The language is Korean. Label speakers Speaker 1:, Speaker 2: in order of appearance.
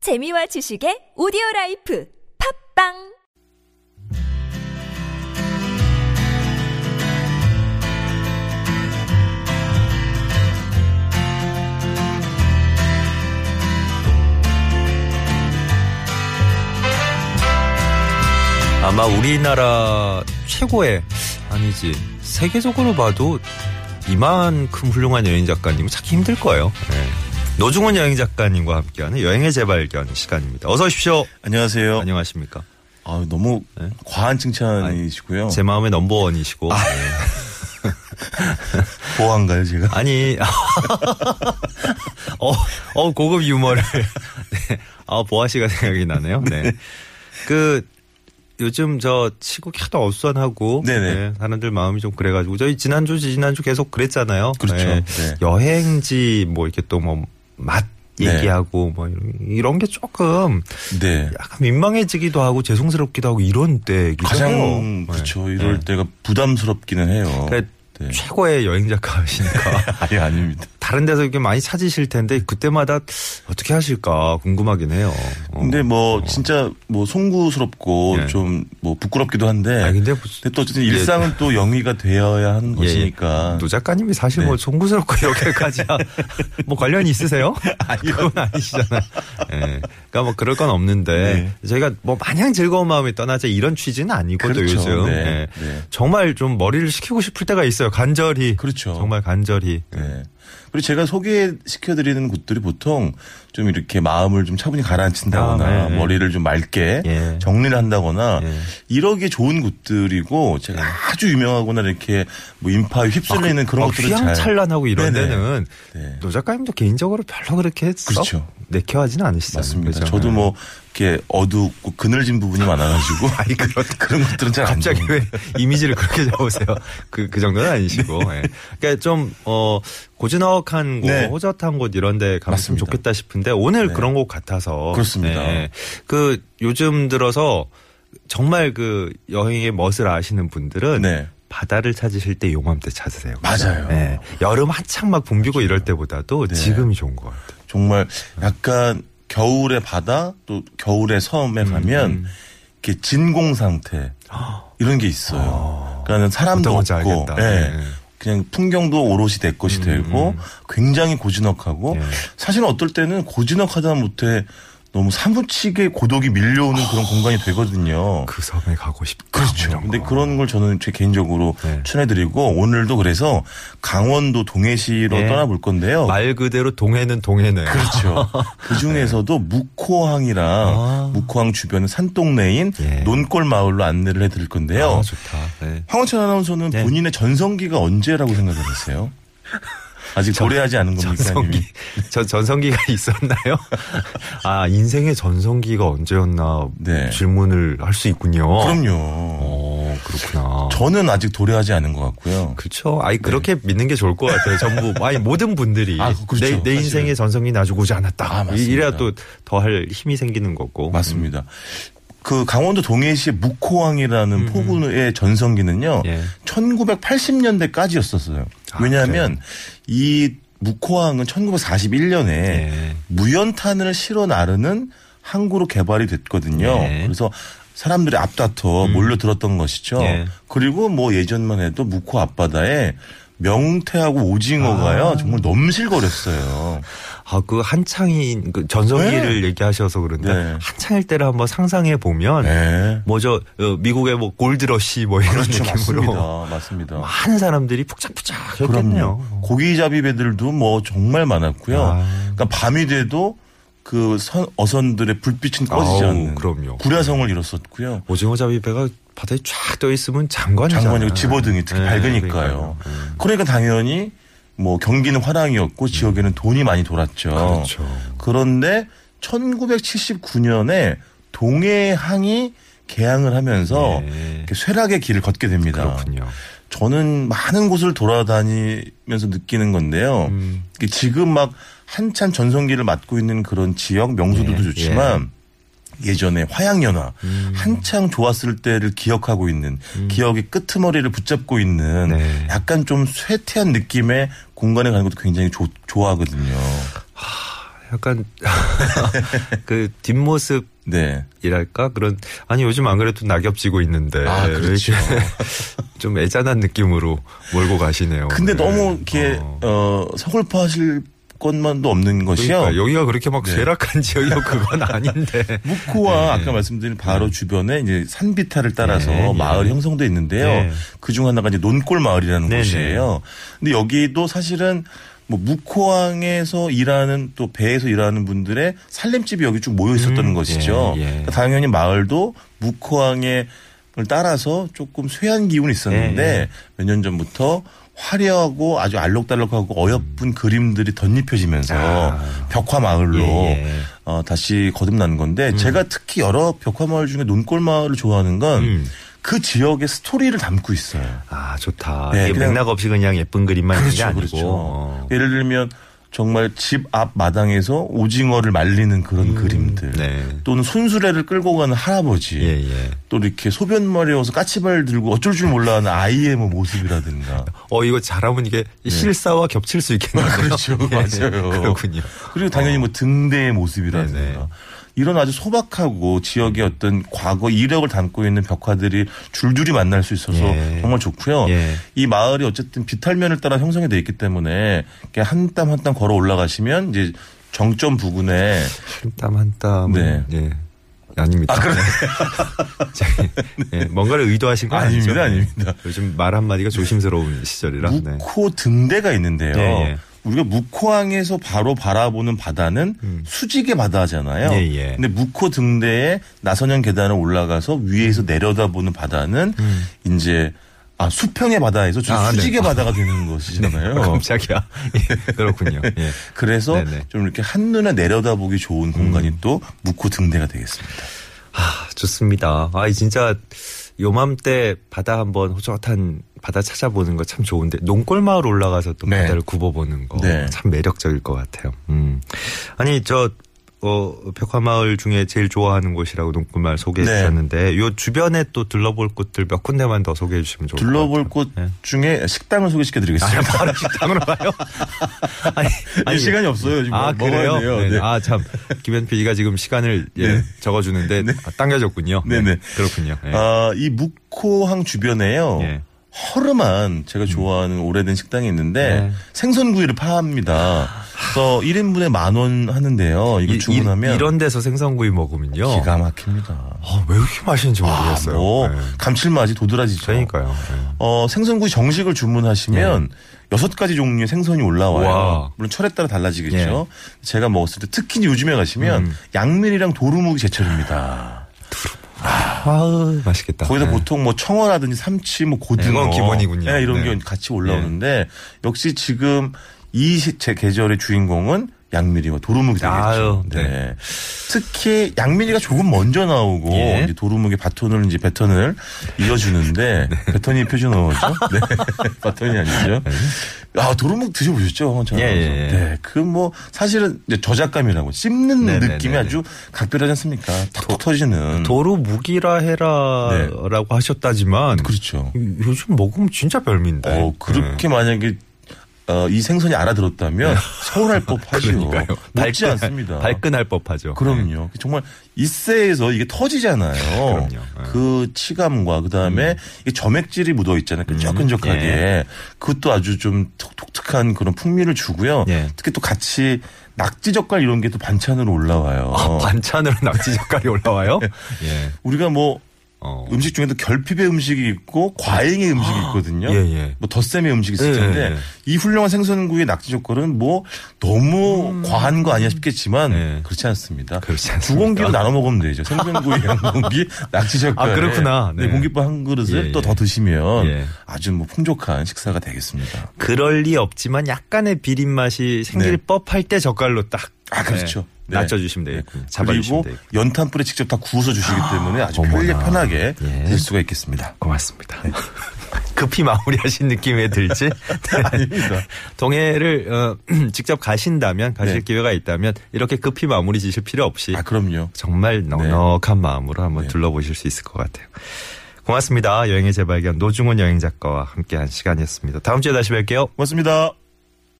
Speaker 1: 재미와 지식의 오디오 라이프 팝빵
Speaker 2: 아마 우리나라 최고의 아니지 세계적으로 봐도 이만큼 훌륭한 여행 작가님은 찾기 힘들 거예요. 예. 노중훈 여행 작가님과 함께하는 여행의 재발견 시간입니다. 어서 오십시오.
Speaker 3: 안녕하세요.
Speaker 2: 안녕하십니까?
Speaker 3: 아, 너무 과한 칭찬이시고요.
Speaker 2: 제 마음의 넘버원이시고
Speaker 3: 보안가요, 제가?
Speaker 2: 아니 어, 어 고급 유머를 네. 아 보아 씨가 생각이 나네요. 네. 그 요즘 저 시국이 하도 어수선하고
Speaker 3: 네네.
Speaker 2: 네, 사람들 마음이 좀 그래가지고 저희 지난주 지난주 계속 그랬잖아요.
Speaker 3: 그렇죠.
Speaker 2: 네.
Speaker 3: 네.
Speaker 2: 여행지 뭐 이렇게 또 뭐 맛
Speaker 3: 네.
Speaker 2: 얘기하고 뭐 이런, 이런 게 조금
Speaker 3: 네.
Speaker 2: 약간 민망해지기도 하고 죄송스럽기도 하고 이런 때
Speaker 3: 가장, 그렇죠. 이럴 때가 부담스럽기는 해요. 네.
Speaker 2: 그러니까 최고의 여행 작가시니까
Speaker 3: 아예 아닙니다.
Speaker 2: 다른 데서 이렇게 많이 찾으실 텐데 그때마다 어떻게 하실까 궁금하긴 해요. 어.
Speaker 3: 근데 뭐, 진짜 뭐, 송구스럽고
Speaker 2: 예.
Speaker 3: 좀 뭐, 부끄럽기도 한데.
Speaker 2: 아니, 근데
Speaker 3: 또 어쨌든
Speaker 2: 예.
Speaker 3: 일상은 또 영위가 되어야 하는
Speaker 2: 예, 예.
Speaker 3: 것이니까.
Speaker 2: 노 작가님이 사실
Speaker 3: 네.
Speaker 2: 뭐 송구스럽고 여기까지 야 뭐 관련이 있으세요? 그건 아니시잖아요. 예. 그러니까 뭐 그럴 건 없는데 저희가 뭐 마냥 즐거운 마음에 떠나자 이런 취지는 아니고 또
Speaker 3: 네. 그렇죠.
Speaker 2: 요즘
Speaker 3: 네.
Speaker 2: 예.
Speaker 3: 네.
Speaker 2: 정말 좀 머리를 식히고 싶을 때가 있어요. 간절히
Speaker 3: 그렇죠.
Speaker 2: 정말 간절히
Speaker 3: 네. 그리고 제가 소개시켜드리는 곳들이 보통 좀 이렇게 마음을 좀 차분히 가라앉힌다거나
Speaker 2: 아, 네.
Speaker 3: 머리를 좀 맑게
Speaker 2: 예.
Speaker 3: 정리를 한다거나
Speaker 2: 예.
Speaker 3: 이러기 좋은 곳들이고 제가 아주 유명하거나 이렇게 뭐 인파에 휩쓸리는
Speaker 2: 막
Speaker 3: 그런 것들은 잘
Speaker 2: 아, 어, 휘황찬란하고 이런
Speaker 3: 네네.
Speaker 2: 데는
Speaker 3: 네.
Speaker 2: 노 작가님도 개인적으로 별로 그렇게 썩
Speaker 3: 그렇죠.
Speaker 2: 내켜하지는 않으시잖아요.
Speaker 3: 맞습니다.
Speaker 2: 그죠? 네.
Speaker 3: 저도 뭐 이렇게 어둡고 그늘진 부분이 많아가지고 아니 그런 그런 것들은 잘 안
Speaker 2: 갑자기
Speaker 3: 좋은
Speaker 2: 왜 이미지를 그렇게 잡으세요? 그, 그 정도는 아니시고. 예. 그러니까 좀, 어, 고즈넉한 곳,
Speaker 3: 네.
Speaker 2: 호젓한 곳 이런 데 가면 좀
Speaker 3: 맞습니다. 네.
Speaker 2: 좋겠다 싶은데 오늘 그런 곳 같아서.
Speaker 3: 그렇습니다.
Speaker 2: 예. 그 요즘 들어서 정말 그 여행의 멋을 아시는 분들은
Speaker 3: 네.
Speaker 2: 바다를 찾으실 때 용암때 찾으세요.
Speaker 3: 맞아요. 그렇죠. 네.
Speaker 2: 예. 여름 한창 막 붐비고 이럴 때보다도 지금이 좋은 것 같아요.
Speaker 3: 정말 약간 겨울의 바다 또 겨울의 섬에
Speaker 2: 음,
Speaker 3: 가면 이렇게 진공 상태 이런 게 있어요. 그러니까 사람도
Speaker 2: 아. 어떤 건지
Speaker 3: 없고,
Speaker 2: 알겠다.
Speaker 3: 예.
Speaker 2: 네.
Speaker 3: 그냥 풍경도 오롯이 내 것이 되고 굉장히 고즈넉하고
Speaker 2: 예.
Speaker 3: 사실 어떨 때는 고즈넉하다 못해 너무 사무치게 고독이 밀려오는 그런 공간이 되거든요.
Speaker 2: 그 섬에 가고 싶다. 뭐
Speaker 3: 그렇죠.
Speaker 2: 이런
Speaker 3: 근데
Speaker 2: 거.
Speaker 3: 그런 걸 저는 제 개인적으로
Speaker 2: 네.
Speaker 3: 추천해드리고 오늘도 그래서 강원도 동해시로
Speaker 2: 네.
Speaker 3: 떠나볼 건데요.
Speaker 2: 말 그대로 동해는 동해네요.
Speaker 3: 그렇죠. 그 중에서도 무코항이랑
Speaker 2: 네. 아.
Speaker 3: 무코항 주변 산동네인
Speaker 2: 예.
Speaker 3: 논골 마을로 안내를 해드릴 건데요.
Speaker 2: 아, 좋다. 네.
Speaker 3: 황원찬 아나운서는
Speaker 2: 네.
Speaker 3: 본인의 전성기가 언제라고 생각하세요? 아직 도래하지 않은 겁니까?
Speaker 2: 전성기
Speaker 3: 아니면-
Speaker 2: 전 전성기가 있었나요? 아 인생의 전성기가 언제였나
Speaker 3: 네.
Speaker 2: 질문을 할 수 있군요.
Speaker 3: 그럼요.
Speaker 2: 어 그렇구나.
Speaker 3: 저는 아직 도래하지 않은 것 같고요.
Speaker 2: 그렇죠. 아니 그렇게 믿는 게 좋을 것 같아요. 전부 아니 모든 분들이
Speaker 3: 아, 그렇죠.
Speaker 2: 내, 내
Speaker 3: 사실은.
Speaker 2: 인생의 전성기는 아직 오지 않았다.
Speaker 3: 아, 맞습니다.
Speaker 2: 이래야 또 더 할 힘이 생기는 거고.
Speaker 3: 맞습니다. 그 강원도 동해시의 무코항이라는 포구의 전성기는요.
Speaker 2: 예. 아,
Speaker 3: 1980년대까지였었어요. 왜냐하면 이 무코항은 1941년에
Speaker 2: 예.
Speaker 3: 무연탄을 실어 나르는 항구로 개발이 됐거든요.
Speaker 2: 예.
Speaker 3: 그래서 사람들이
Speaker 2: 음.
Speaker 3: 앞다퉈 몰려들었던 것이죠.
Speaker 2: 예. 그리고
Speaker 3: 뭐 예전만 해도 무코 앞바다에 명태하고 오징어가요
Speaker 2: 아.
Speaker 3: 정말 넘실거렸어요.
Speaker 2: 아그 한창인 그 전성기를 얘기하셔서 그런데
Speaker 3: 네.
Speaker 2: 한창일 때를 한번 상상해 보면
Speaker 3: 네.
Speaker 2: 뭐저 어, 미국의 뭐 골드러시 뭐 이런
Speaker 3: 그렇죠,
Speaker 2: 느낌으로 아,
Speaker 3: 맞습니다. 맞습니다.
Speaker 2: 많은 사람들이 푹짝푹짝
Speaker 3: 그럼요.
Speaker 2: 했겠네요.
Speaker 3: 고기잡이 배들도 뭐 정말 많았고요.
Speaker 2: 아.
Speaker 3: 그러니까 밤이 돼도 그 선- 어선들의 불빛은 꺼지지
Speaker 2: 아우,
Speaker 3: 않는
Speaker 2: 그럼요.
Speaker 3: 구라성을 이뤘었고요.
Speaker 2: 오징어 잡이 배가 바다에 쫙 떠 있으면 장관이잖아요.
Speaker 3: 장관이고 집어등이 특히
Speaker 2: 네,
Speaker 3: 밝으니까요.
Speaker 2: 그러니까요. 음.
Speaker 3: 그러니까 당연히 뭐 경기는 화랑이었고 지역에는 돈이 많이 돌았죠.
Speaker 2: 그렇죠.
Speaker 3: 런데 1979년에 동해항이 개항을 하면서
Speaker 2: 네.
Speaker 3: 이렇게 쇠락의 길을 걷게 됩니다.
Speaker 2: 그렇군요.
Speaker 3: 저는 많은 곳을 돌아다니면서 느끼는 건데요.
Speaker 2: 음.
Speaker 3: 이게 그 지금 막 한참 전성기를 맞고 있는 그런 지역 명소들도
Speaker 2: 예, 음.
Speaker 3: 좋지만 예. 전에 화양연화 한창 좋았을 때를 기억하고 있는 기억의 끄트머리를 붙잡고 있는
Speaker 2: 네.
Speaker 3: 약간 좀 쇠퇴한 느낌의 공간에 가는 것도 굉장히 좋- 좋아하거든요.
Speaker 2: 약간 그 뒷모습
Speaker 3: 네.
Speaker 2: 이랄까 그런 아니 요즘 안 그래도 낙엽 지고 있는데
Speaker 3: 아,
Speaker 2: 왜
Speaker 3: 그렇죠.
Speaker 2: 이렇게 좀 애잔한 느낌으로 몰고 가시네요.
Speaker 3: 근데
Speaker 2: 오늘.
Speaker 3: 너무 이렇게
Speaker 2: 어.
Speaker 3: 어, 서글퍼하실 것만도 없는 것이요.
Speaker 2: 그러니까 여기가 그렇게 막
Speaker 3: 네.
Speaker 2: 쇠락한 지역이고 그건 아닌데
Speaker 3: 묵호와 아까 말씀드린 바로 주변에 이제 산비탈을 따라서
Speaker 2: 네,
Speaker 3: 마을이
Speaker 2: 네.
Speaker 3: 형성돼 있는데요.
Speaker 2: 네.
Speaker 3: 그중 하나가 이제 논골 마을이라는
Speaker 2: 네,
Speaker 3: 곳이에요. 근데 여기도 사실은 뭐 묵호항에서 일하는 또 배에서 일하는 분들의 살림집이 여기 쭉 모여 있었던
Speaker 2: 음,
Speaker 3: 것이죠.
Speaker 2: 예, 예.
Speaker 3: 그러니까 당연히 마을도 묵호항의 을 따라서 조금 쇠한 기운이 있었는데
Speaker 2: 예,
Speaker 3: 몇 년 전부터 화려하고 아주 알록달록하고 어여쁜 그림들이 덧입혀지면서
Speaker 2: 아.
Speaker 3: 벽화 마을로
Speaker 2: 예, 예.
Speaker 3: 어, 다시 거듭난 건데
Speaker 2: 음.
Speaker 3: 제가 특히 여러 벽화마을 중에 논골마을을 좋아하는 건 그
Speaker 2: 음.
Speaker 3: 지역의 스토리를 담고 있어요.
Speaker 2: 아 좋다
Speaker 3: 네,
Speaker 2: 이게
Speaker 3: 그냥-
Speaker 2: 맥락 없이 그냥 예쁜 그림만 있는 게 아니고
Speaker 3: 그렇죠.
Speaker 2: 어.
Speaker 3: 예를 들면 정말 집 앞 마당에서 오징어를 말리는 그런 그림들
Speaker 2: 음. 네.
Speaker 3: 또는 손수레를 끌고 가는 할아버지
Speaker 2: 예, 예.
Speaker 3: 또 이렇게 소변 마려워서 까치발 들고 어쩔 줄 몰라 하는 아이의 뭐 모습이라든가
Speaker 2: 어 이거 잘하면 이게 실사와 겹칠 수 있겠네요.
Speaker 3: 네.
Speaker 2: 예,
Speaker 3: 그렇죠. 맞아요.
Speaker 2: 그렇군요.
Speaker 3: 그리고 당연히 뭐 등대의 모습이라든가
Speaker 2: 네네. 음.
Speaker 3: 이런 아주 소박하고 지역의 어떤 과거 이력을 담고 있는 벽화들이 줄줄이 만날 수 있어서
Speaker 2: 예.
Speaker 3: 정말 좋고요.
Speaker 2: 예.
Speaker 3: 이 마을이 어쨌든 비탈면을 따라 형성이 돼 있기 때문에 한 땀 한 땀 걸어 올라가시면 이제 정점 부근에
Speaker 2: 땀 한 땀.
Speaker 3: 네.
Speaker 2: 예. 아닙니다. 아, 그래. 예, 뭔가를 의도하신 건 아니죠?
Speaker 3: 아닙니다, 아닙니다.
Speaker 2: 요즘 말 한마디가 조심스러운 시절이라. 네.
Speaker 3: 무코 등대가 있는데요.
Speaker 2: 예, 예.
Speaker 3: 우리가 무코항에서 바로 바라보는 바다는 수직의 바다잖아요.
Speaker 2: 예, 예.
Speaker 3: 근데 무코 등대에 나선형 계단을 올라가서 위에서 내려다보는 바다는 이제 아 수평의 바다에서 주-
Speaker 2: 아, 네.
Speaker 3: 수직의 바다가 되는
Speaker 2: 아,
Speaker 3: 것이잖아요.
Speaker 2: 깜짝이야. 예, 그렇군요. 예.
Speaker 3: 그래서
Speaker 2: 네네.
Speaker 3: 좀 이렇게 한눈에 내려다보기 좋은 공간이 또 무코 등대가 되겠습니다.
Speaker 2: 아, 좋습니다. 아, 이 진짜 요맘때 바다 한번 호젓한 바다 찾아보는 거 참 좋은데 농골마을 올라가서 또
Speaker 3: 네.
Speaker 2: 바다를 굽어보는 거 참
Speaker 3: 네.
Speaker 2: 매력적일 것 같아요. 음. 아니 저 어, 벽화마을 중에 제일 좋아하는 곳이라고 농골마을 소개해
Speaker 3: 네.
Speaker 2: 주셨는데 요 주변에 또 둘러볼 곳들 몇 군데만 더 소개해 주시면 좋을 것 같아요.
Speaker 3: 둘러볼 곳 중에 식당을 소개시켜 드리겠습니다.
Speaker 2: 바로 식당으로 가요? 아니,
Speaker 3: 아, 아니, 시간이 없어요. 지금
Speaker 2: 아,
Speaker 3: 먹어야
Speaker 2: 그래요?
Speaker 3: 돼요.
Speaker 2: 네.
Speaker 3: 네.
Speaker 2: 아, 참. 김현 PD가 지금 시간을 예, 적어주는데 아, 당겨졌군요.
Speaker 3: 네. 네네.
Speaker 2: 그렇군요. 예.
Speaker 3: 아, 이 무코항 주변에요.
Speaker 2: 예. 음.
Speaker 3: 허름한 제가 좋아하는 오래된 식당이 있는데
Speaker 2: 네.
Speaker 3: 생선구이를 파합니다. 그래서 1인분에 만 원 하는데요. 이거
Speaker 2: 이- 이-
Speaker 3: 주문하면
Speaker 2: 이런 데서 생선구이 먹으면요.
Speaker 3: 기가 막힙니다.
Speaker 2: 아, 왜 이렇게 맛있는지 모르겠어요.
Speaker 3: 뭐
Speaker 2: 네.
Speaker 3: 감칠맛이 도드라지죠.
Speaker 2: 그러니까요. 네.
Speaker 3: 어, 생선구이 정식을 주문하시면 여섯 가지 종류의 생선이 올라와요.
Speaker 2: 와. 예.
Speaker 3: 물론 철에 따라 달라지겠죠. 제가 먹었을 때 특히 이제 요즘에 가시면
Speaker 2: 음.
Speaker 3: 양면이랑 도루묵이 제철입니다.
Speaker 2: 아우, 맛있겠다.
Speaker 3: 거기서
Speaker 2: 네.
Speaker 3: 보통 뭐 청어라든지 삼치, 뭐 고등어,
Speaker 2: 이건 기본이군요.
Speaker 3: 예, 이런
Speaker 2: 네.
Speaker 3: 게 같이 올라오는데 역시 지금 이 시- 제 계절의 주인공은 양미리와 도루묵이 되겠죠.
Speaker 2: 아유,
Speaker 3: 네.
Speaker 2: 네.
Speaker 3: 특히 양미리가 조금 먼저 나오고
Speaker 2: 예.
Speaker 3: 이제 도루묵의 바톤을 이제 배턴을 이어주는데
Speaker 2: 네.
Speaker 3: 배턴이 표준 어죠? 네. 바톤이 아니죠. 아 도루묵 드셔보셨죠? 저는.
Speaker 2: 네. 예, 예, 예.
Speaker 3: 네. 그 뭐 사실은 이제 저작감이라고 씹는
Speaker 2: 네, 네,
Speaker 3: 느낌이
Speaker 2: 네, 네.
Speaker 3: 아주 각별하지 않습니까? 탁 터지는.
Speaker 2: 도로 무기라 해라라고 하셨다지만
Speaker 3: 네. 그렇죠.
Speaker 2: 요즘 먹으면 진짜 별미인데. 네.
Speaker 3: 어,
Speaker 2: 음.
Speaker 3: 그렇게 만약에 어, 이 생선이 알아들었다면 서운할 법하지요.
Speaker 2: 그러니까요.
Speaker 3: 먹지
Speaker 2: 발끈-
Speaker 3: 않습니다.
Speaker 2: 발끈할 법하죠. 네.
Speaker 3: 그럼요. 정말 이세에서 이게 터지잖아요.
Speaker 2: 그럼요. 네.
Speaker 3: 그 치감과 그 다음에 이 점액질이 묻어 있잖아요. 그 끈적끈적하게.
Speaker 2: 음. 예.
Speaker 3: 그것도 아주 좀 독- 독특한 그런 풍미를 주고요.
Speaker 2: 예.
Speaker 3: 특히 또 같이 낙지 젓갈 이런 게 또 반찬으로 올라와요.
Speaker 2: 아, 반찬으로 낙지 젓갈이 올라와요? 예.
Speaker 3: 우리가 뭐
Speaker 2: 어.
Speaker 3: 음식 중에도 결핍의 음식이 있고 과잉의 음식이 있거든요.
Speaker 2: 예, 예.
Speaker 3: 뭐 덧셈의 음식이 있을
Speaker 2: 예,
Speaker 3: 텐데
Speaker 2: 예, 예.
Speaker 3: 이 훌륭한 생선구이 낙지 젓갈은 뭐 너무 과한 거 아니야 싶겠지만
Speaker 2: 음. 예.
Speaker 3: 그렇지 않습니다.
Speaker 2: 그렇지 않습니다.
Speaker 3: 두 공기로 나눠 먹으면 되죠. 생선구이 한 공기, 낙지 젓갈.
Speaker 2: 아, 그렇구나.
Speaker 3: 네,
Speaker 2: 네.
Speaker 3: 공깃밥 한 그릇을
Speaker 2: 예,
Speaker 3: 또
Speaker 2: 예.
Speaker 3: 더 드시면
Speaker 2: 예.
Speaker 3: 아주 뭐 풍족한 식사가 되겠습니다.
Speaker 2: 그럴 리 없지만 약간의 비린 맛이 생길
Speaker 3: 네.
Speaker 2: 법할 때 젓갈로 딱.
Speaker 3: 아, 그렇죠.
Speaker 2: 네.
Speaker 3: 네.
Speaker 2: 낮춰주시면 되겠군요. 잡아주시면
Speaker 3: 그리고
Speaker 2: 되겠군요.
Speaker 3: 연탄불에 직접 다 구워서 주시기 때문에 아주 편하게,
Speaker 2: 어머나.
Speaker 3: 편하게
Speaker 2: 예.
Speaker 3: 드실 수가 있겠습니다.
Speaker 2: 고맙습니다.
Speaker 3: 네.
Speaker 2: 급히 마무리하신 느낌에 들지?
Speaker 3: 아닙니다.
Speaker 2: 동해를 어, 직접 가신다면 가실
Speaker 3: 네.
Speaker 2: 기회가 있다면 이렇게 급히 마무리 지실 필요 없이
Speaker 3: 아, 그럼요.
Speaker 2: 정말 넉넉한 마음으로 한번
Speaker 3: 네.
Speaker 2: 둘러보실 수 있을 것 같아요. 고맙습니다. 여행의 재발견 노중훈 여행 작가와 함께한 시간이었습니다. 다음 주에 다시 뵐게요.
Speaker 3: 고맙습니다.